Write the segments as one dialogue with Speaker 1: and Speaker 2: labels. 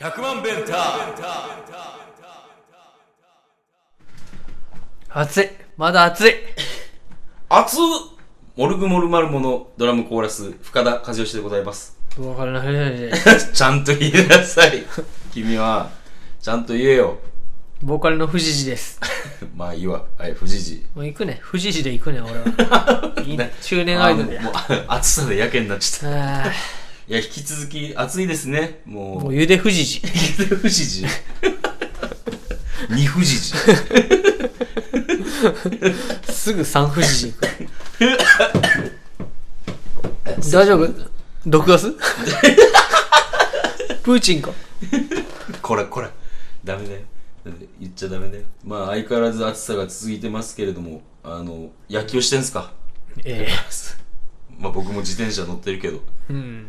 Speaker 1: 100万ベンター
Speaker 2: 暑い。まだ暑い。
Speaker 1: 熱っモルグモルマルモのドラムコーラス、深田和義でございます。
Speaker 2: わからない。
Speaker 1: ちゃんと言いなさい。君は、ちゃんと言えよ。
Speaker 2: ボーカルの藤次です。
Speaker 1: まあいいわ。はい、藤次。
Speaker 2: もう行くね。藤次で行くね、俺は。いい ね。中年アイドル
Speaker 1: あ
Speaker 2: や。
Speaker 1: もう、もう 暑さでやけになっちゃっ
Speaker 2: あ
Speaker 1: た。いや、引き続き暑いですね。も
Speaker 2: ー
Speaker 1: う。
Speaker 2: もうゆで藤次。
Speaker 1: 富士寺 二富 士寺
Speaker 2: すぐ三富士寺行 く。大丈夫毒ガ スプーチンか。
Speaker 1: こらこらダメだよだって言っちゃダメだよまあ相変わらず暑さが続いてますけれどもあの野球してんすか
Speaker 2: え
Speaker 1: まあ僕も自転車乗ってるけど
Speaker 2: えうん。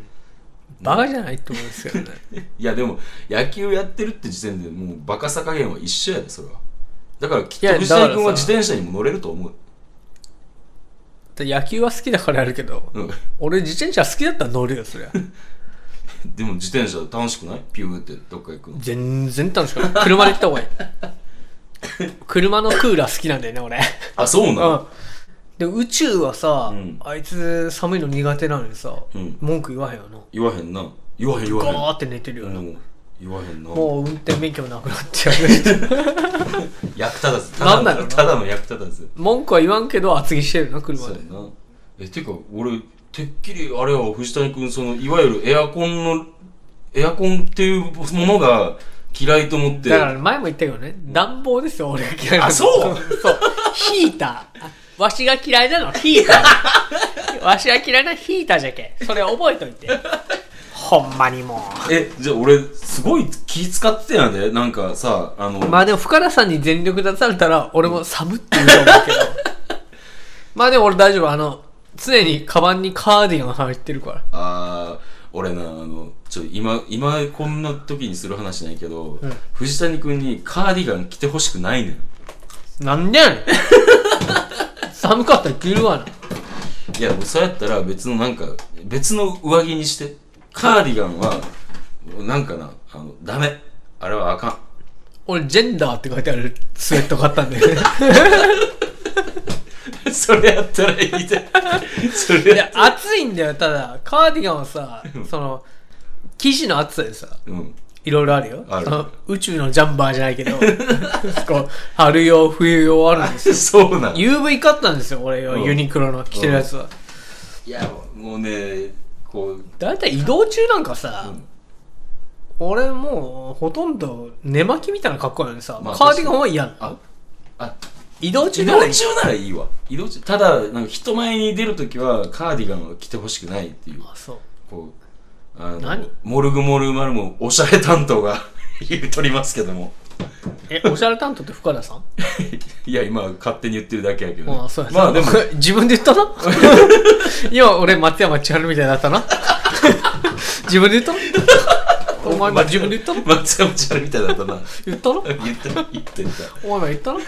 Speaker 2: バカじゃないって思うんですけどね。
Speaker 1: いやでも野球やってるって時点でもうバカさ加減は一緒やでそれはだからきっ
Speaker 2: い
Speaker 1: と
Speaker 2: や
Speaker 1: 藤谷
Speaker 2: だか
Speaker 1: 君は
Speaker 2: らさ
Speaker 1: 自転車にも乗れると思う
Speaker 2: 野球は好きだからやるけど、
Speaker 1: うん
Speaker 2: 俺自転車好きだったら乗るよ、そりゃ。
Speaker 1: でも自転車楽しくないピューってどっか行くの
Speaker 2: 全然楽しくない。車で行った方がいい。車のクーラー好きなんだよね、俺。
Speaker 1: あそうなの、
Speaker 2: うん。で、宇宙はさ、
Speaker 1: うん
Speaker 2: あいつ寒いの苦手なのにさ、
Speaker 1: うん
Speaker 2: 文句言わへんよな。
Speaker 1: 言わへんな言わへん言わへん
Speaker 2: ガーって寝てるよな。
Speaker 1: うん言わへんな
Speaker 2: もう運転免許なくなってやる。
Speaker 1: 役立たずた
Speaker 2: な
Speaker 1: だ
Speaker 2: んだろう
Speaker 1: の
Speaker 2: な
Speaker 1: ただの役立たず
Speaker 2: 文句は言わんけど厚着してるな、車
Speaker 1: そう
Speaker 2: で
Speaker 1: や。なえてか俺てっきりあれは藤谷君そのいわゆるエアコンのエアコンっていうものが嫌いと思って
Speaker 2: だから前も言ったけどね、暖房ですよ、俺が嫌いなの。
Speaker 1: あそう
Speaker 2: そう。ヒーター。わしが嫌いなのはヒータ ー。わしが嫌いなヒーターじゃけん。それ覚えといて。ほんまにもう。
Speaker 1: えじゃあ俺すごい気使ってたんやでなんかさあの、
Speaker 2: まあでも、深田さんに全力出されたら、俺も寒って言うと思う けど。まあでも俺大丈夫。あの、常にカバンにカーディガン入ってるから。
Speaker 1: あー俺なあのちょ今今こんな時にする話ないけど、藤谷君にカーディガン着てほしくないねん
Speaker 2: なんでやね ん寒かったら着るわな。
Speaker 1: いや、そうやったら別のなんか、別の上着にして。カーディガンは、なんかな、あの、ダメ。あれはあかん。
Speaker 2: 俺、ジェンダーって書いてあるスウェット買った んだよね。
Speaker 1: それやったらいい で。そ
Speaker 2: い
Speaker 1: れや
Speaker 2: や、暑いんだよ、ただ。カーディガンはさ、その、生地の厚さでさ、
Speaker 1: うん。
Speaker 2: いろいろあるよ。
Speaker 1: ある
Speaker 2: その宇宙のジャンバーじゃないけど、こ う春用、冬用あるんです よ。
Speaker 1: そうなん。い
Speaker 2: UV 買ったんですよ、俺よ、
Speaker 1: うん
Speaker 2: ユニクロの着てるやつは。
Speaker 1: や、もうね、こう、
Speaker 2: だいたい移動中なんかさ、
Speaker 1: うん
Speaker 2: 俺もうほとんど寝巻きみたいな格好なのにさ、
Speaker 1: まあ
Speaker 2: カーディガンは嫌なの
Speaker 1: あ、あ、
Speaker 2: 移動中
Speaker 1: 移
Speaker 2: なら
Speaker 1: 動
Speaker 2: いい
Speaker 1: 中ならいいわ。移動中。ただ、なんか人前に出るときはカーディガンは着てほしくないっていう。
Speaker 2: あそう
Speaker 1: こう、あの、
Speaker 2: 何
Speaker 1: モルグモルマルモ、おしゃれ担当が 言うとりますけども。
Speaker 2: えおしゃれ担当って深田さん
Speaker 1: いや、今、勝手に言ってるだけやけど、ね。
Speaker 2: ああそうや
Speaker 1: まあでも、
Speaker 2: 自分で言った な今俺松山千春みたいだったな 自分で言った なお前も自分で言ったな
Speaker 1: 松山ちゃんみたいだったな。
Speaker 2: 言ったな
Speaker 1: 言ってた、言ってた。
Speaker 2: お前も言 ったな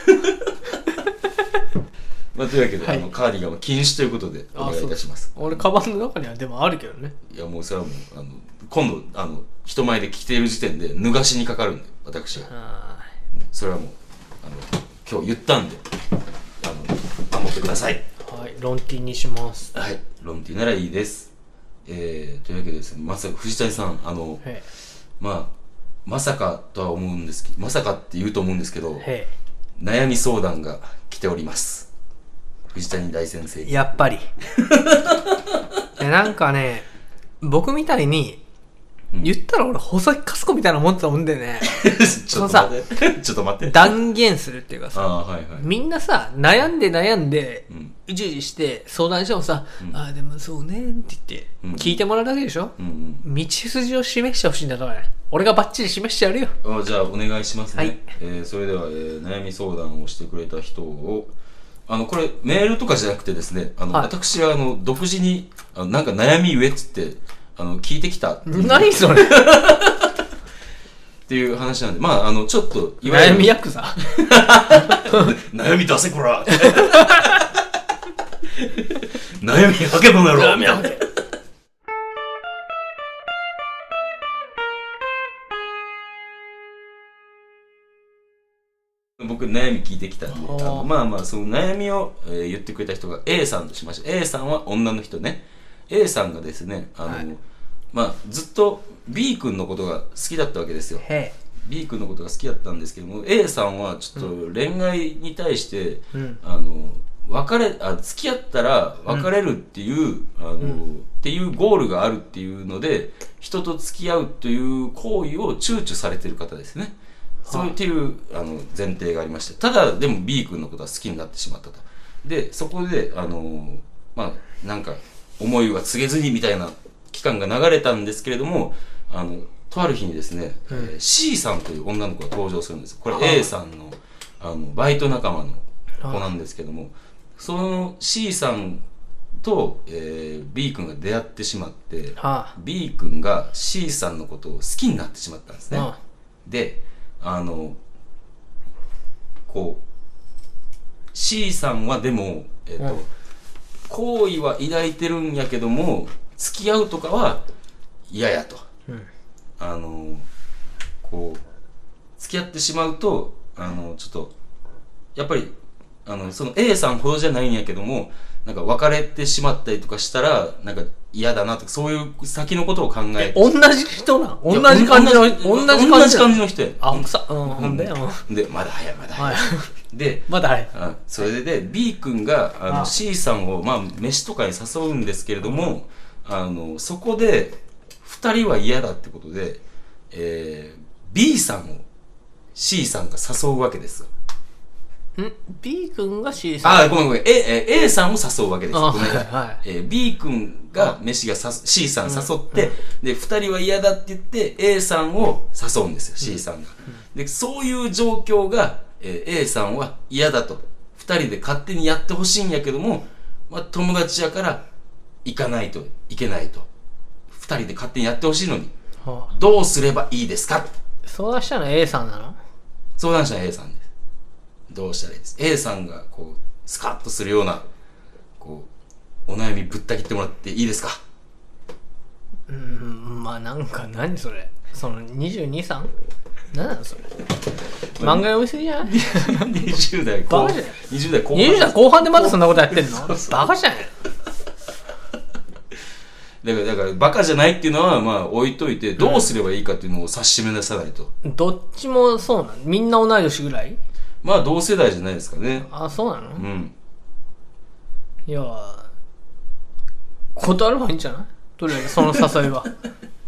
Speaker 1: まあ、というわけで、
Speaker 2: はい
Speaker 1: あの、カーディガンは禁止ということで、お願いいたします。
Speaker 2: 俺カバンの中にはでもあるけどね
Speaker 1: いや、もうそれはもう、あの、今度、あの、人前で着ている時点で、脱がしにかかるんで、私が。
Speaker 2: あ
Speaker 1: それはもう、あの、今日言ったんで、あの、守ってください。
Speaker 2: ーはいロンティにします
Speaker 1: はい。ロンティならいいです。えー、というわけでですね、まさか、藤谷さん、あの、
Speaker 2: へ
Speaker 1: まあ、まさかとは思うんですけど、まさかって言うと思うんですけど、
Speaker 2: えへ
Speaker 1: 悩み相談が来ております藤谷大先生
Speaker 2: えやっ ぱりいやなんかね僕みたいに
Speaker 1: うん
Speaker 2: 言ったら俺細木かす子みたいなもんだと思うんだよね
Speaker 1: ちょっと待って ちょっと待って
Speaker 2: 断言するって いうかさ
Speaker 1: ああーはいはい
Speaker 2: みんなさ悩んで悩んで
Speaker 1: うん
Speaker 2: うじうじして相談してもさ
Speaker 1: う
Speaker 2: 「
Speaker 1: ん
Speaker 2: ああでもそうね」って言って
Speaker 1: うん
Speaker 2: 聞いてもらうだけでしょ
Speaker 1: うん
Speaker 2: 道筋を示してほしいんだからね俺がバッチリ示してやるよ
Speaker 1: うんあじゃあお願いしますね、
Speaker 2: はい
Speaker 1: えーそれでは、えー悩み相談をしてくれた人をあのこれメールとかじゃなくてですねあの、
Speaker 2: はい
Speaker 1: 私はあの独自にあのなんか悩み言えっつってあの聞いてきたっ
Speaker 2: 何 それ
Speaker 1: ていう話なんでまああのちょっといわゆ
Speaker 2: 悩
Speaker 1: る
Speaker 2: みヤクザ
Speaker 1: 悩み出せこら 悩み吐けばなろ
Speaker 2: 悩みヤクザ
Speaker 1: 僕悩み聞いてきたんで
Speaker 2: あ
Speaker 1: あ
Speaker 2: ー
Speaker 1: のまあまあその悩みを、えー言ってくれた人が A さんとしました A さんは女の人ね A さんがですねあの、
Speaker 2: はい
Speaker 1: まあずっと B 君のことが好きだったわけですよ
Speaker 2: へ
Speaker 1: B 君のことが好きだったんですけども A さんはちょっと恋愛に対して、
Speaker 2: えうん
Speaker 1: あの別れあ付き合ったら別れるっていう、あのっていうゴールがあるっていうので人と付き合うという行為を躊躇されてる方ですね。そうっていうあの前提がありましてただでも B 君のことは好きになってしまったと。でそこであのまあなんか思いは告げずにみたいな期間が流れたんですけれどもあのとある日にですね、
Speaker 2: うん
Speaker 1: えー C さんという女の子が登場するんですこれ
Speaker 2: はい
Speaker 1: A さんのあのバイト仲間の子なんですけどもその C さんと、えー B 君が出会ってしまって
Speaker 2: は
Speaker 1: B 君が C さんのことを好きになってしまったんです
Speaker 2: あ、
Speaker 1: ね。
Speaker 2: は
Speaker 1: であのこう C さんはでも、えっと
Speaker 2: うん
Speaker 1: 好意は抱いてるんやけども付き合うとかは嫌やと
Speaker 2: あうん
Speaker 1: あのこう付き合ってしまうとあのちょっとやっぱりあのその A さんほどじゃないんやけどもなんか別れてしまったりとかしたらなんか嫌だなとかそういう先のことを考えて
Speaker 2: え同じ人なん同じ感じの同
Speaker 1: 同
Speaker 2: じ感
Speaker 1: じ
Speaker 2: じの
Speaker 1: 感じの人や
Speaker 2: あさうんほんでうん
Speaker 1: でまだ早いまだ
Speaker 2: は
Speaker 1: 早
Speaker 2: い
Speaker 1: い、で
Speaker 2: まだあれ
Speaker 1: あそれで B 君があ
Speaker 2: あ
Speaker 1: の C さんを、まあ、飯とかに誘うんですけれども、あのそこで2人は嫌だってことで、えー B さんを C さんが誘うわけですよ
Speaker 2: ん B 君が C さん
Speaker 1: あーごめんごめん A, えー A さんを誘うわけですよ
Speaker 2: あ
Speaker 1: ごめん
Speaker 2: はいはい
Speaker 1: えー B 君が飯がさ C さん誘って、で2人は嫌だって言って A さんを誘うんですよ、C さんが、でそういう状況が、えー A さんは嫌だと2人で勝手にやってほしいんやけども、まあ、友達やから行かないといけないと2人で勝手にやってほしいのに
Speaker 2: はあ
Speaker 1: どうすればいいですか
Speaker 2: 相談したの A さんなの
Speaker 1: 相談者の A さんですどうしたらいいです A さんがこうスカッとするようなこうお悩みぶった切ってもらっていい ですか
Speaker 2: うんまあなんか何それその22さん何なのそれ漫画読みすぎじゃない
Speaker 1: 20代後
Speaker 2: バカじゃない
Speaker 1: 20代後半
Speaker 2: ?20 代後半でまだそんなことやってんの
Speaker 1: そうそう
Speaker 2: バカじゃない
Speaker 1: だからだからバカじゃないっていうのはまあ置いといてどうすればいいかっていうのを指し示さないと、
Speaker 2: どっちもそうなのみんな同い年ぐらい
Speaker 1: まあ同世代じゃないですかね
Speaker 2: あそうなの、
Speaker 1: うん
Speaker 2: いや断ればいいんじゃないとりあえずその誘 いは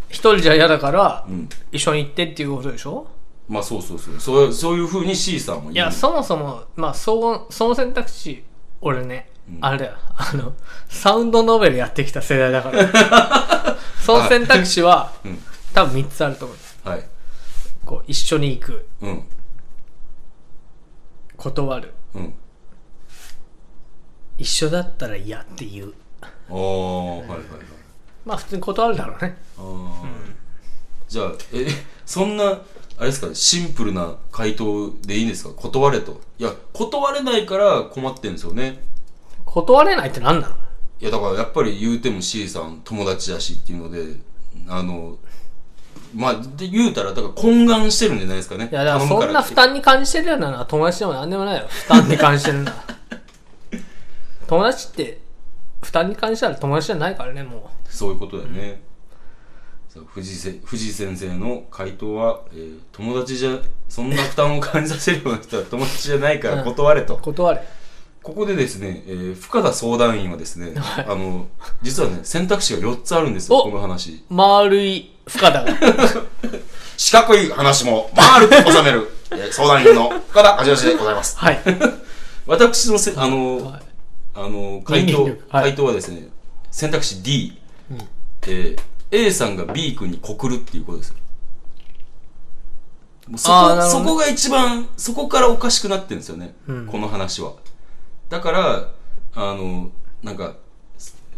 Speaker 2: 一人じゃ嫌だから、
Speaker 1: うん
Speaker 2: 一緒に行ってっていうことでしょ
Speaker 1: まあそうそうそうそうそういうふうに C さんも言う
Speaker 2: いや、そもそも、まあ、そう、その選択肢、俺ね、あれだよ、あの、サウンドノベルやってきた世代だから。 その選択肢は、
Speaker 1: うん
Speaker 2: 多分3つあると思う。
Speaker 1: はい
Speaker 2: こう、一緒に行く、
Speaker 1: うん
Speaker 2: 断る、
Speaker 1: うん
Speaker 2: 一緒だったら嫌って言う。
Speaker 1: ああはいはいはい
Speaker 2: まあ、普通に断るだろうね。
Speaker 1: ああ、じゃあえそんなあれですかシンプルな回答でいいんですか断れといや断れないから困ってんですよね
Speaker 2: 断れないって何なの
Speaker 1: いやだからやっぱり言うても C さん友達だしっていうのであのまあで言うたらだから懇願してるんじゃないですかね
Speaker 2: いや、だからそんな負
Speaker 1: 人
Speaker 2: 担に感じてるようなのは友達でも何でもないよ。負担に感じてるな ら。友達って、負担に感じたら友達じゃないからね、もう。
Speaker 1: そういうことだよね、そう藤井せ藤井先生の回答は、えー友達じゃそんな負担を感じさせるような人は友達じゃないから断れと、
Speaker 2: 断れ。
Speaker 1: ここでですね、えー深田相談員はですね、あの実はね選択肢が4つあるんですよ
Speaker 2: お
Speaker 1: この話
Speaker 2: 丸い深田が。
Speaker 1: 四角い話も丸く収める、えー相談員の深田味吉でございます
Speaker 2: はい。
Speaker 1: 私のせあの、
Speaker 2: はい
Speaker 1: あの回答、
Speaker 2: 人間力はい
Speaker 1: 回答はですね選択肢 D、えー A さんが B 君に告るっていうことですよもうそ
Speaker 2: あーな
Speaker 1: こ
Speaker 2: る
Speaker 1: そ
Speaker 2: ほどね
Speaker 1: こが一番そこからおかしくなってるんですよね、
Speaker 2: うん
Speaker 1: この話はだからあのなんか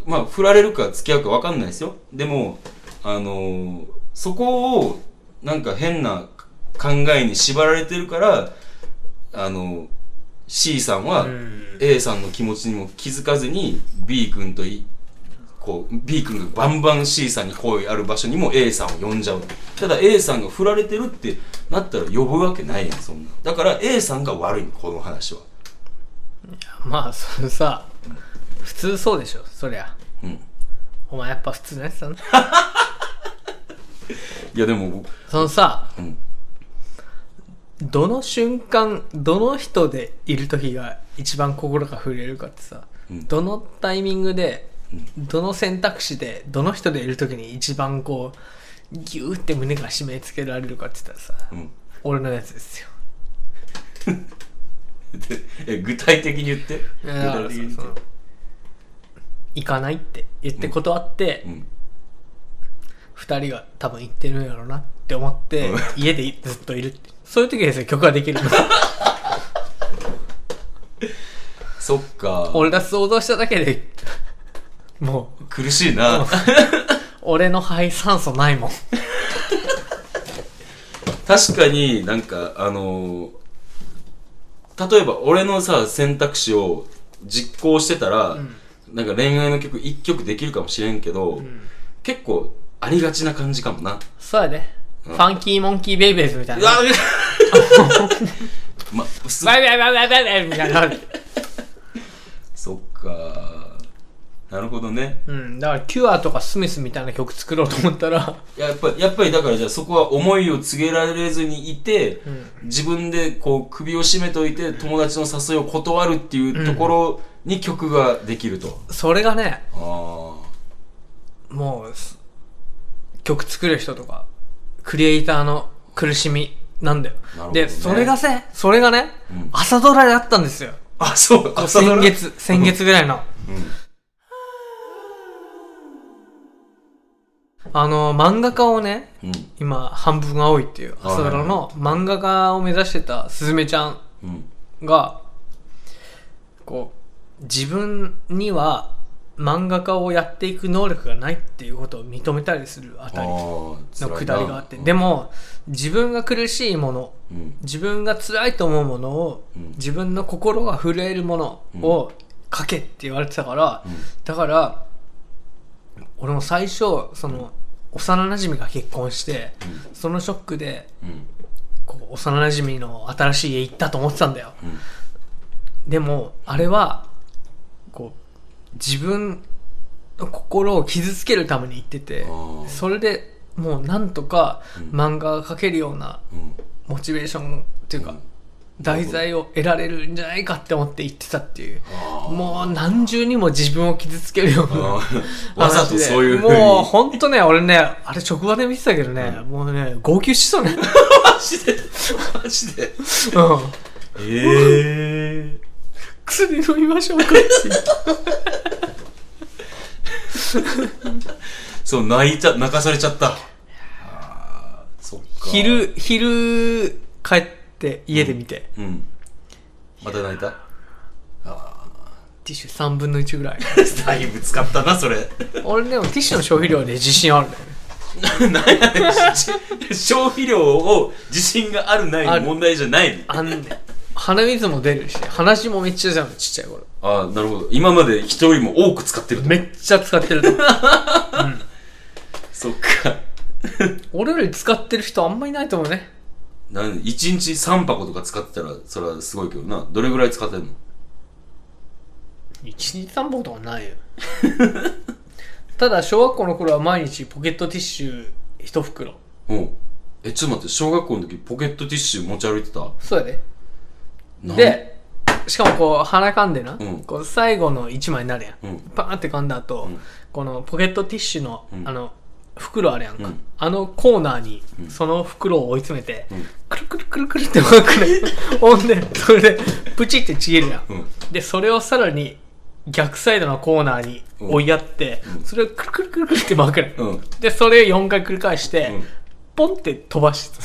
Speaker 1: まあ振られるか付き合うか分かんないですよでもあのそこをなんか変な考えに縛られてるからあの C さんは
Speaker 2: うん
Speaker 1: A さんの気持ちにも気づかずに B 君といこう B 君がバンバン C さんに好意ある場所にも A さんを呼んじゃうただ A さんが振られてるってなったら呼ぶわけないやんそんなだから A さんが悪いのこの話は
Speaker 2: まあ、それさ、普通そうでしょ、そりゃ。
Speaker 1: うん
Speaker 2: お前やっぱ普通のやつだな。
Speaker 1: いやでも僕
Speaker 2: そのさ、
Speaker 1: うん
Speaker 2: どの瞬間、どの人でいる時が一番心が触れるかってさ、
Speaker 1: うん
Speaker 2: どのタイミングで、どの選択肢で、どの人でいる時に一番こう、ギューって胸が締め付けられるかって言ったらさ、
Speaker 1: うん
Speaker 2: 俺のやつですよ。
Speaker 1: でえ具体的に言って具
Speaker 2: いやだか
Speaker 1: 体
Speaker 2: らさ
Speaker 1: 的に言
Speaker 2: そ
Speaker 1: っ
Speaker 2: の
Speaker 1: て
Speaker 2: 行かないって言って断って、
Speaker 1: うん
Speaker 2: 二人が多分行ってるんやろうなって思って、家でずっといるって。そういう時ですよ、曲ができるの。
Speaker 1: そっか
Speaker 2: 俺が想像しただけで、もう、
Speaker 1: 苦しいな
Speaker 2: 俺の肺酸素ないもん。
Speaker 1: 確かになんかあのー例えば俺のさ選択肢を実行してたら、なんか恋愛の曲1曲できるかもしれんけど、結構ありがちな感じかもな。
Speaker 2: そうやで。ファンキーモンキーベイベーズみたいうな。
Speaker 1: わま、す
Speaker 2: バイバイバイバイバイバイみたいな。
Speaker 1: そっかなるほどね。
Speaker 2: うん。だから、キュアとかスミスみたいな曲作ろうと思ったら、
Speaker 1: やっぱやっぱりだからじゃあそこは思いを告げられずにいて、自分でこう首を絞めといて友達の誘いを断るっていうところに曲ができると。
Speaker 2: それがね、
Speaker 1: ああ。
Speaker 2: もうす、曲作る人とか、クリエイターの苦しみなんだよ。
Speaker 1: なるほどね
Speaker 2: で、それがね、それがね、
Speaker 1: うん
Speaker 2: 朝ドラであったんですよ。
Speaker 1: あ、そう、朝ド
Speaker 2: 先
Speaker 1: ラ。
Speaker 2: 月、先月ぐらいの。あの、漫画家をね、
Speaker 1: うん。
Speaker 2: 今、半分青いっていう朝ドラの漫画家を目指してたすずめちゃん
Speaker 1: うん。
Speaker 2: が、こう、自分には漫画家をやっていく能力がないっていうことを認めたりするあ
Speaker 1: あ
Speaker 2: たりの
Speaker 1: の
Speaker 2: くだりがあって、でも、自分が苦しいもの、
Speaker 1: うん。
Speaker 2: 自分が辛いと思うものを、
Speaker 1: うん
Speaker 2: 自分の心が震えるものを書けって言われてたから、
Speaker 1: うん
Speaker 2: だから俺も最初その幼なじみが結婚して、そのショックで
Speaker 1: うん。
Speaker 2: こう幼なじみの新しい家行ったと思ってたんだよ、
Speaker 1: ん
Speaker 2: でもあれはこう自分の心を傷つけるために行ってて
Speaker 1: あー
Speaker 2: それでもうなんとか漫画が描けるような
Speaker 1: うん。
Speaker 2: モチベーションっていうか、題材を得られるんじゃないかって思って言ってたっていう
Speaker 1: あ
Speaker 2: もう何重にも自分を傷つけるような
Speaker 1: ーわざとそういうふ
Speaker 2: 風
Speaker 1: う
Speaker 2: に
Speaker 1: に。
Speaker 2: もうほんとね俺ねあれ職場で見てたけどね、もうね号泣しそうね
Speaker 1: マジで。マジで。
Speaker 2: うん
Speaker 1: ええ。
Speaker 2: 薬飲みましょうかって
Speaker 1: そう、泣いちゃ、泣かされちゃった。あーそっか。。
Speaker 2: 昼昼帰って家で見て、
Speaker 1: うん。また泣いた
Speaker 2: ティッシュ3分の1ぐらい
Speaker 1: だいぶ使ったな、それ。
Speaker 2: 俺でもティッシュの消費量で自信あるんだよね
Speaker 1: 何やねんし消費量を自信があるな
Speaker 2: あ
Speaker 1: い
Speaker 2: る
Speaker 1: 問題じゃない。
Speaker 2: あんね鼻水も出るし鼻血もめっちゃ出るのちっちゃい頃
Speaker 1: ああ、なるほど。今まで人よりも多く使ってると
Speaker 2: めっちゃ使ってると思う
Speaker 1: そっか。
Speaker 2: 俺より使ってる人あんまいないと思うね
Speaker 1: なん1日3箱とか使ってたらそれはすごいけどなどれぐらい使ってんの
Speaker 2: 一日三本とかないよ ただ小学校の頃は毎日ポケットティッシュ一袋
Speaker 1: うんえちょっと待って小学校の時ポケットティッシュ持ち歩いてた
Speaker 2: そうやで
Speaker 1: なん
Speaker 2: でしかもこう鼻かんでな、
Speaker 1: うん
Speaker 2: こう最後の一枚になるやん、
Speaker 1: うん
Speaker 2: パーンって噛んだ後、このポケットティッシュの、
Speaker 1: ん
Speaker 2: あの袋あるやんか、
Speaker 1: うん
Speaker 2: あのコーナーにその袋を追い詰めて、
Speaker 1: ん
Speaker 2: くるくるくるくるって巻くね ほんでそれでプチってちぎるやん、
Speaker 1: うん
Speaker 2: でそれをさらに逆サイドのコーナーに追いやって、それをくるくるくるくるって巻くね、
Speaker 1: うん
Speaker 2: でそれを4回繰り返して、
Speaker 1: うん
Speaker 2: ポンって飛ばして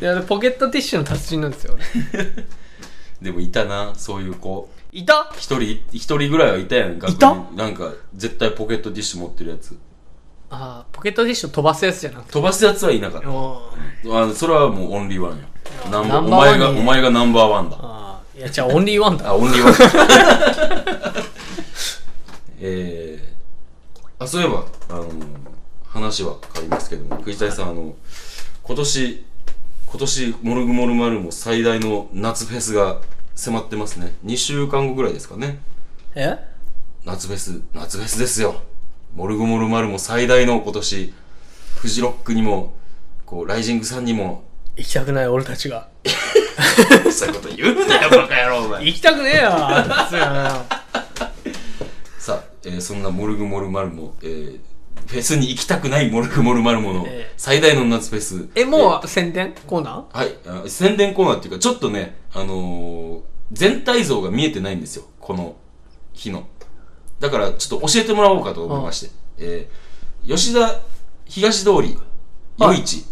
Speaker 2: いやポケットティッシュの達人なんで すよ俺
Speaker 1: でもいたなそういう子
Speaker 2: いた
Speaker 1: 一人一人ぐらいはいたやんか
Speaker 2: いた
Speaker 1: なんか絶対ポケットティッシュ持ってるやつ
Speaker 2: あーポケットティッシュ飛ばすやつじゃなくて
Speaker 1: 飛ばすやつはいなかった
Speaker 2: もう
Speaker 1: あそれはもうオンリーワンやナンバ
Speaker 2: ナ
Speaker 1: お
Speaker 2: ンバーワ
Speaker 1: 前
Speaker 2: ン
Speaker 1: がお
Speaker 2: に
Speaker 1: 前がナンバーワンだ
Speaker 2: あーいやじゃあオンリーワンだ
Speaker 1: あオンリーワンえー、あ、そういえば、あの、話は変わりますけども、栗谷さん、あの、今年、今年、モルグモルマルも最大の夏フェスが迫ってますね。2週間後ぐらいですかね。
Speaker 2: え
Speaker 1: 夏フェス、夏フェスですよ。モルグモルマルも最大の今年、フジロックにも、こう、ライジングさんにも、
Speaker 2: 行きたくない俺たちが。
Speaker 1: そういうこと言うなよ、バカ野郎、お前。
Speaker 2: 行きたくねえよそうやな
Speaker 1: さあ、えーそんなモルグモルマルモ、えーフェスに行きたくないモルグモルマルモの
Speaker 2: ええ
Speaker 1: 最大の夏フェス。
Speaker 2: え、もう宣伝コーナー
Speaker 1: はい、あ宣伝コーナーっていうか、ちょっとね、あのー全体像が見えてないんですよ、この日の。だから、ちょっと教えてもらおうかと思いまして、えー吉田東通り、
Speaker 2: は
Speaker 1: 夜
Speaker 2: い
Speaker 1: 市、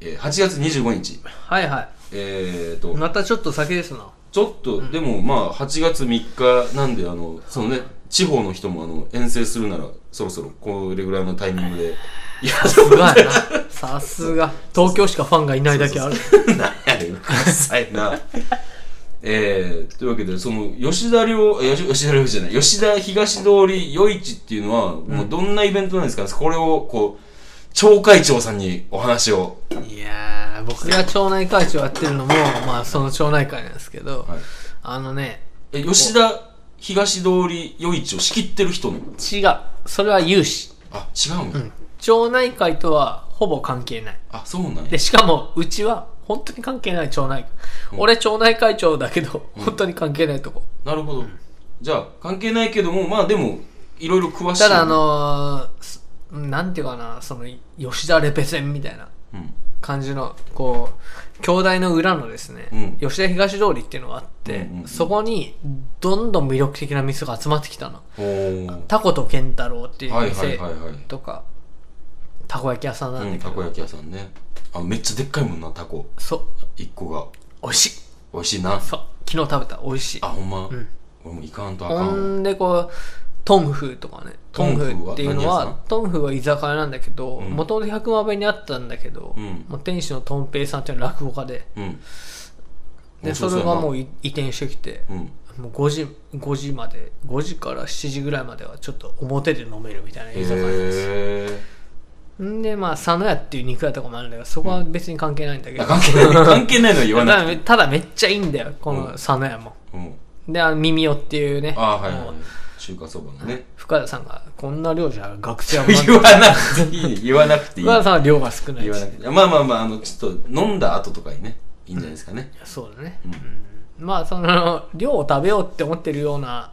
Speaker 1: えー8月25日、
Speaker 2: はいは
Speaker 1: えー
Speaker 2: い。
Speaker 1: と、
Speaker 2: またちょっと先ですな。
Speaker 1: ちょっと、でもまあ、8月3日なんで、あの、そのね、地方の人もあの、遠征するなら、そろそろ、これぐらいのタイミングで、いや、
Speaker 2: すごいな。さすが。東京しかファンがいないだけある。
Speaker 1: なんやねん、うるさいな。えー、というわけで、その、吉田寮、え吉吉田寮じゃない、吉田東通り夜市っていうのは、もうどんなイベントなんですか、これを、こう、町会長さんにお話を。
Speaker 2: いやー、僕が町内会長やってるのも、まあその町内会なんですけど、
Speaker 1: はい
Speaker 2: あのね、
Speaker 1: え吉田東通り夜市を仕切ってる人の。
Speaker 2: 違う。それは有志。
Speaker 1: あ、違うんや、
Speaker 2: 町内会とはほぼ関係ない。
Speaker 1: あ、そうなんや
Speaker 2: で、。しかも、うちは本当に関係ない町内。俺町内会長だけど、本当に関係ないとこ。
Speaker 1: なるほど、じゃあ関係ないけどもまあでもいろいろ詳しい
Speaker 2: ただあのーす、なんていうかな、その、吉田レペゼンみたいな
Speaker 1: うん
Speaker 2: 感じの、こう、兄弟の裏のですね、
Speaker 1: うん
Speaker 2: 吉田東通りっていうのがあっ
Speaker 1: う
Speaker 2: て、
Speaker 1: んうんうん
Speaker 2: そこに、どんどん魅力的な店が集まってきたの。
Speaker 1: おー
Speaker 2: タコと健太郎っていう
Speaker 1: はいはい
Speaker 2: 店
Speaker 1: はいはい
Speaker 2: とか、たこ焼き屋さんなん
Speaker 1: う
Speaker 2: だ
Speaker 1: ん、
Speaker 2: けど、
Speaker 1: たこ焼き屋さんねあめっちゃでっかいもんなタコ
Speaker 2: そう、
Speaker 1: 一個が
Speaker 2: 美味しい。
Speaker 1: 美味しいな
Speaker 2: そう、昨日食べた、美味しい
Speaker 1: あ。ほんま、
Speaker 2: ん
Speaker 1: 俺も行かんとあか
Speaker 2: ほ
Speaker 1: んわ
Speaker 2: んでこうトンフーとかねトンフーっていうのはトンフーは居酒屋なんだけど
Speaker 1: ん
Speaker 2: もともと百万遍にあったんだけど、
Speaker 1: うん
Speaker 2: もう店主のとんぺいさんっていうのは落語家で
Speaker 1: うん
Speaker 2: でそれがも
Speaker 1: う
Speaker 2: うい移転してきて、
Speaker 1: やなうん
Speaker 2: もう5時 ,5 時まで5時から7時ぐらいまではちょっと表で飲めるみたいな
Speaker 1: へ
Speaker 2: 居酒屋なんですよ
Speaker 1: え
Speaker 2: んでまあ佐野屋っていう肉屋とかもあるんだけどそこは別に関係ないん だけど、
Speaker 1: 関係ない 関係ないの言わ
Speaker 2: た
Speaker 1: なく
Speaker 2: だ
Speaker 1: て、
Speaker 2: ただめっちゃいいんだよこ
Speaker 1: うん
Speaker 2: の佐野屋も、
Speaker 1: うん、
Speaker 2: であのミミオっていうね
Speaker 1: あはいはい
Speaker 2: も
Speaker 1: は
Speaker 2: う
Speaker 1: い中華そばのね
Speaker 2: 深田さんがこんな量じゃ学生は満足
Speaker 1: 言わなくていい言わなくていい
Speaker 2: 福原さんは量が少ない
Speaker 1: 言わなくていいまあまあまああのちょっと飲んだ後とかにねいいんじゃないですかね、
Speaker 2: そうだね、うんまあその量を食べようって思ってるような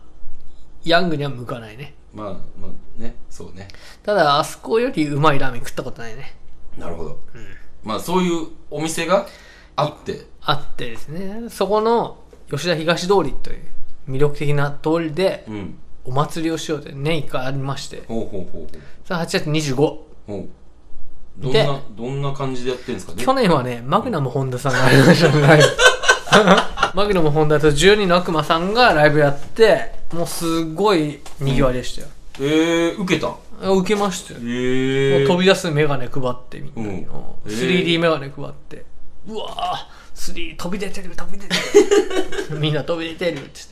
Speaker 2: ヤングには向かないね
Speaker 1: まあまあねそうね
Speaker 2: ただあそこよりうまいラーメン食ったことないね
Speaker 1: なるほど、まあそういうお店があって
Speaker 2: あってですねそこの吉田東通りという魅力的な通りで
Speaker 1: うん
Speaker 2: お祭りをしようという年一回ありまして
Speaker 1: ほうほうほう
Speaker 2: それ8月25
Speaker 1: ほうほうどん
Speaker 2: で
Speaker 1: などんな感じでやってるんですかね
Speaker 2: 去年はねマグナム本田さんがライブ ライブマグナム本田と12の悪魔さんがライブやってもうすごい賑わいでしたよ、
Speaker 1: えー、受けた
Speaker 2: 受けましたよ
Speaker 1: え
Speaker 2: もう
Speaker 1: ー、
Speaker 2: 飛び出すメガネ配ってみんなに、
Speaker 1: うん
Speaker 2: うん
Speaker 1: えー
Speaker 2: 3D メガネ配ってうわー 3D 飛び出てる飛び出て るみんな飛び出てるって言って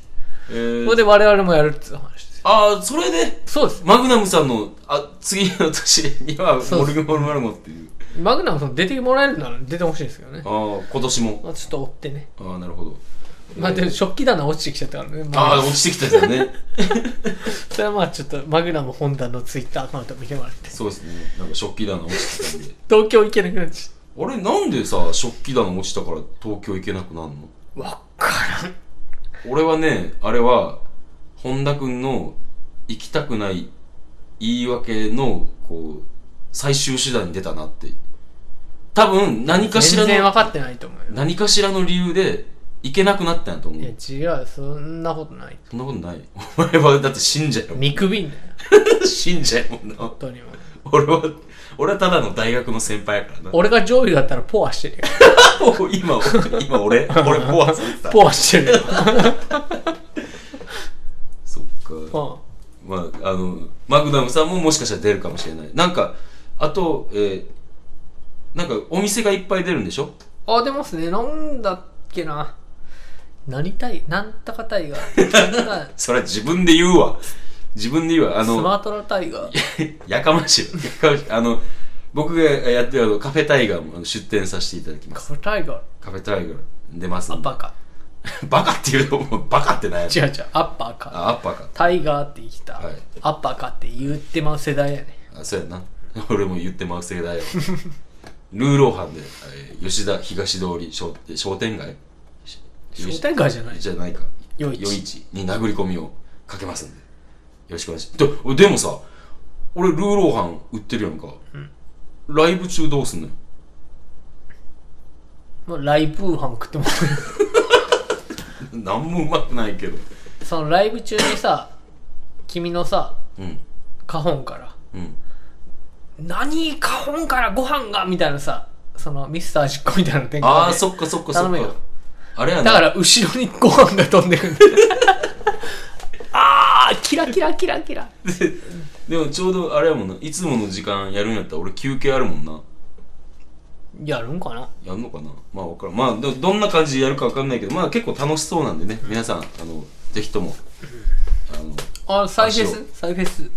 Speaker 1: え
Speaker 2: それ
Speaker 1: ー、
Speaker 2: で我々もやるって話です
Speaker 1: ああそれで
Speaker 2: そうです
Speaker 1: マグナムさんのあ次 の年には
Speaker 2: そう
Speaker 1: モルグモルマルモっていう
Speaker 2: マグナムさん出てもらえるなら出てほしいんですけどね
Speaker 1: ああ今年も
Speaker 2: まあ、ちょっと追ってね
Speaker 1: ああなるほど
Speaker 2: まあでも食器棚落ちてきちゃったからね、ま
Speaker 1: ああ
Speaker 2: あ、
Speaker 1: 落ちてきたですよ ね
Speaker 2: それはまあちょっとマグナム本田のツイッターアカウント見てもらって
Speaker 1: そうですねなんか食器棚落ちてきたんで
Speaker 2: 東京行けなくなっちゃっ
Speaker 1: あれなんでさ食器棚落ちたから東京行けなくなるの
Speaker 2: たわっからん
Speaker 1: 俺はね、あれは、本田くんの行きたくない言い訳の、こう、最終手段に出たなって。多分、何かしら
Speaker 2: 全然
Speaker 1: の、
Speaker 2: 分かってないと思うよ
Speaker 1: 何かしらの理由で行けなくなったんやと思。
Speaker 2: いうや違うそんなことない
Speaker 1: そんなことない。お前はだって信者やも
Speaker 2: 見くびんだよ
Speaker 1: ん。 信者やもんな。
Speaker 2: 本当にもう
Speaker 1: 俺は、俺はただの大学の先輩やからな。
Speaker 2: 俺が上位だったらポアしてるよ
Speaker 1: 今、今俺、俺ポアされてた。
Speaker 2: ポアしてるよ、
Speaker 1: そっか。
Speaker 2: う
Speaker 1: まあ、あの、マグナムさんももしかしたら出るかもしれない。なんか、あと、えーなんかお店がいっぱい出るんでしょ
Speaker 2: ん、あ出ますねなんだっけな何たいなんたかたいが
Speaker 1: それは自分で言うわ。自分で言うわ、あ
Speaker 2: スマ
Speaker 1: の、
Speaker 2: ートラタイガー。
Speaker 1: やかましいわ。やかましい。あの、僕がやってるあのカフェタイガーもあの出店させていただきます。
Speaker 2: カブタイガー。
Speaker 1: カフェタイガー出ます
Speaker 2: ア
Speaker 1: ん
Speaker 2: ッ
Speaker 1: で。
Speaker 2: パーか。
Speaker 1: バカって言うと、もうバカってないやつ
Speaker 2: 違う違う、アッパーか。
Speaker 1: あ、アッパーか。
Speaker 2: タイガーって言った、
Speaker 1: はい
Speaker 2: アッパーかって言ってまう世代やね。
Speaker 1: あ、そうやな。俺も言ってまう世代やわルーローハンで、えー吉田東通り商商店街し
Speaker 2: 商店街じゃない
Speaker 1: じゃないか。
Speaker 2: 夜市
Speaker 1: 夜市に殴り込みをかけますんで。よろしくお願いします。ででもさ、俺ルーローハン売ってるやんか。ライブ中どうすんのよ。
Speaker 2: もうライブーハン食ってもら
Speaker 1: なんもうまくないけど。
Speaker 2: うそのライブ中にさ、君のさ、
Speaker 1: うん。
Speaker 2: カホンから、
Speaker 1: うん。
Speaker 2: 何カホンからご飯がみたいなさ、そのミスター実行みたいな展開で。
Speaker 1: ああ、そっかそっかそ
Speaker 2: 頼
Speaker 1: っ
Speaker 2: む
Speaker 1: か
Speaker 2: よ。
Speaker 1: あれや
Speaker 2: だか
Speaker 1: な。
Speaker 2: ら後ろにご飯が飛んでくる んだよああ、キラキラキラキラ。
Speaker 1: でもちょうどあれやもんな。いつもの時間やるんやったら俺休憩あるもんな。
Speaker 2: やるんかな
Speaker 1: やんのかなまあ分からん。まあ、どどんな感じでやるか分かんないけど、まあ結構楽しそうなんでね、皆さん、あの、ぜひとも。あの、
Speaker 2: あ、サイフェ
Speaker 1: 足を
Speaker 2: スサイフェス。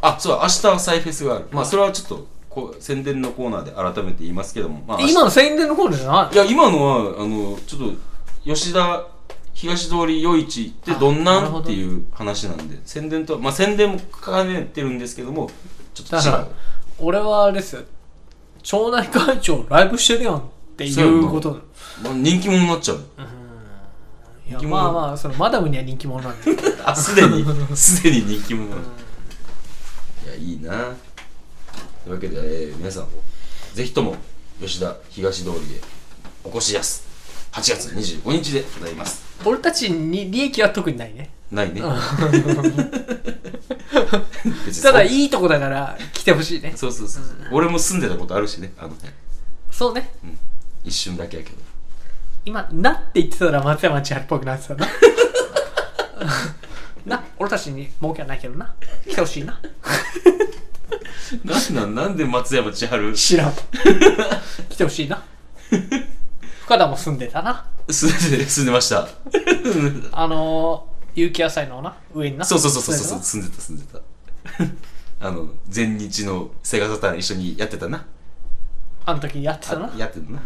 Speaker 1: あ、そう、明日はサイフェスがある。まあそれはちょっと、こう、宣伝のコーナーで改めて言いますけども。まあ、明日
Speaker 2: 今の宣伝の方じゃない
Speaker 1: いや、今のは、あの、ちょっと、吉田、東通り夜市ってどん
Speaker 2: あ
Speaker 1: な
Speaker 2: なる
Speaker 1: ん
Speaker 2: ほ
Speaker 1: っ
Speaker 2: ど
Speaker 1: ていう話なんで、宣伝とは、まあ宣伝も掲げてるんですけども、ちょっと
Speaker 2: だ
Speaker 1: 違
Speaker 2: から
Speaker 1: う。、
Speaker 2: 俺はあれですよ。町内会長ライブしてるやんっていうことなの。
Speaker 1: まあ、人気者になっち ゃう。
Speaker 2: いや、
Speaker 1: 人気者
Speaker 2: まあまあ、そのマダムには人気者なんで。
Speaker 1: あ、すでに、すでに人気 者。いや、いいな。というわけで、えー皆さん、ぜひとも、吉田東通りでお越しやす。8月25日でございます。
Speaker 2: 俺たちに利益は特にないね。
Speaker 1: ないね。別に
Speaker 2: ただ、いいとこだから来てほしいね。
Speaker 1: そうそうそうそう。俺も住んでたことあるしね、あの辺。
Speaker 2: そうね。
Speaker 1: 一瞬だけやけど。
Speaker 2: 今、なって言ってたら松山千春っぽくなっ てたな。な、俺たちに儲けはないけどな。来てほしいな。
Speaker 1: なんなん、なんで松山千春
Speaker 2: 知らん。 来てほしいな。深田も住んでたな。
Speaker 1: 住んで、住んでました。
Speaker 2: あのー、有機野菜のな、上にな。
Speaker 1: そうそうそうそうそう
Speaker 2: 住んで
Speaker 1: 住んでた住んでたあの前日のセガサターン一緒にやってたな
Speaker 2: たなあの時にやってたな。
Speaker 1: やってたな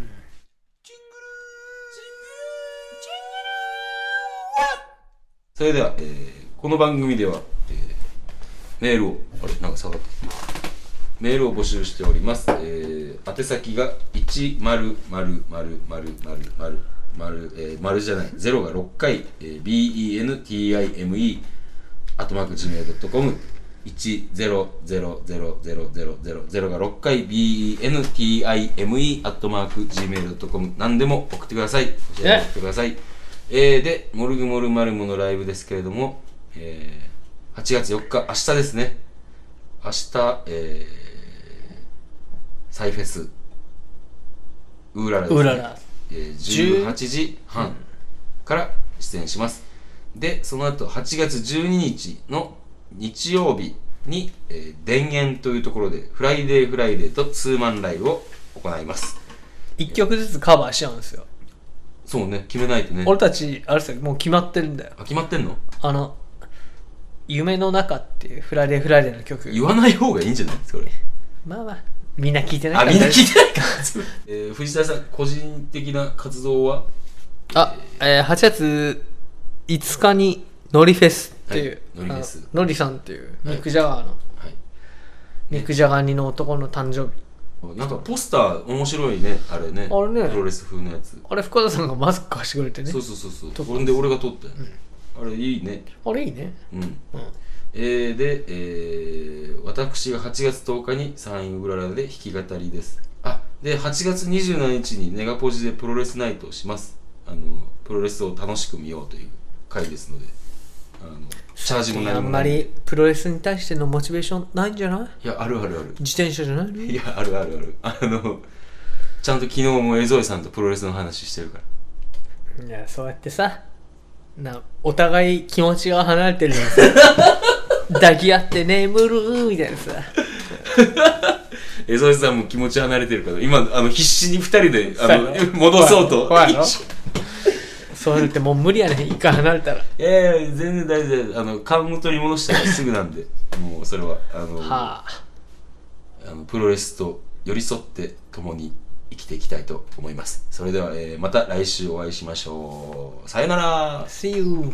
Speaker 1: それでは、えーこの番組では、えーメールをあれなんか下がってきたメールを募集しております、えー、宛先が1 0 0 0 0 0 0丸えー、丸じゃない、0が6回、えー、bentime、あとマーク gmail.com、1000000が6回、bentime、あとマーク gmail.com、何でも送ってください。教えて送ってください。えー、で、モルグモルマルモのライブですけれども、えー、8月4日、明日ですね。明日、えー、サイフェス、ウーララです、ね。
Speaker 2: うらら。
Speaker 1: えー18時半から出演します。で、その後8月12日の日曜日に、えー、電源というところで、フライデーフライデーとツーマンライブを行います。
Speaker 2: 一曲ずつカバーしちゃうんですよ。
Speaker 1: そうね、決めないとね。
Speaker 2: 俺たち、あれですよ、もう決まってるんだよ。
Speaker 1: あ、決まってんの
Speaker 2: あの、夢の中っていうフライデーフライデーの曲。
Speaker 1: 言わない方がいいんじゃないそれ。
Speaker 2: まあまあ、みんな聞いてない
Speaker 1: あ、みんな聞い
Speaker 2: て
Speaker 1: てないか。えー藤田さん、個人的な活動は
Speaker 2: あ、えー、8月5日に、ノリフェスっていう、
Speaker 1: はいノリフェス
Speaker 2: あのノリさんっていう、
Speaker 1: はい
Speaker 2: ニック・ジャガーの、
Speaker 1: はい。
Speaker 2: ニック・ジャガーにの男の誕生日。
Speaker 1: なんかポスター面白いね、あれね。
Speaker 2: あれね
Speaker 1: プロレス風のやつ。
Speaker 2: あれ、深田さんがマスク貸してくれてね
Speaker 1: そう。そうそうそう。
Speaker 2: 撮った
Speaker 1: ほんで俺が撮ったよ、あれいいね。
Speaker 2: あれいいね。
Speaker 1: うん。えーで、えー私が8月10日にサインウララで弾き語りです。あ、で、8月27日にネガポジでプロレスナイトをします。あの、プロレスを楽しく見ようという回ですので、あの、チャージも
Speaker 2: あ
Speaker 1: 何も
Speaker 2: ん
Speaker 1: な
Speaker 2: ま
Speaker 1: い。
Speaker 2: りプロレスに対してのモチベーションないんじゃない
Speaker 1: いや、あるあるある。
Speaker 2: 自転車じゃないの
Speaker 1: いや、あるあるある。あの、ちゃんと昨日も江添さんとプロレスの話してるから。
Speaker 2: いや、そうやってさ、な、お互い気持ちが離れてるのにさ、抱き合って眠るみたいなさ、
Speaker 1: 江添さんも気持ち離れてるから、今、あの、必死に二人で、あ
Speaker 2: そう
Speaker 1: の
Speaker 2: や、ろ
Speaker 1: 戻そうと。
Speaker 2: そうやろ
Speaker 1: 一緒
Speaker 2: そうやってもう無理やねん。一回離れたら。
Speaker 1: いやいや、全然大丈夫です。あの、勘を取り戻したらすぐなんで、 もうそれは、あの、
Speaker 2: はあ。
Speaker 1: あのプロレスと寄り添って共に生きていきたいと思います。それでは、えーまた来週お会いしましょう。さよなら。
Speaker 2: See you.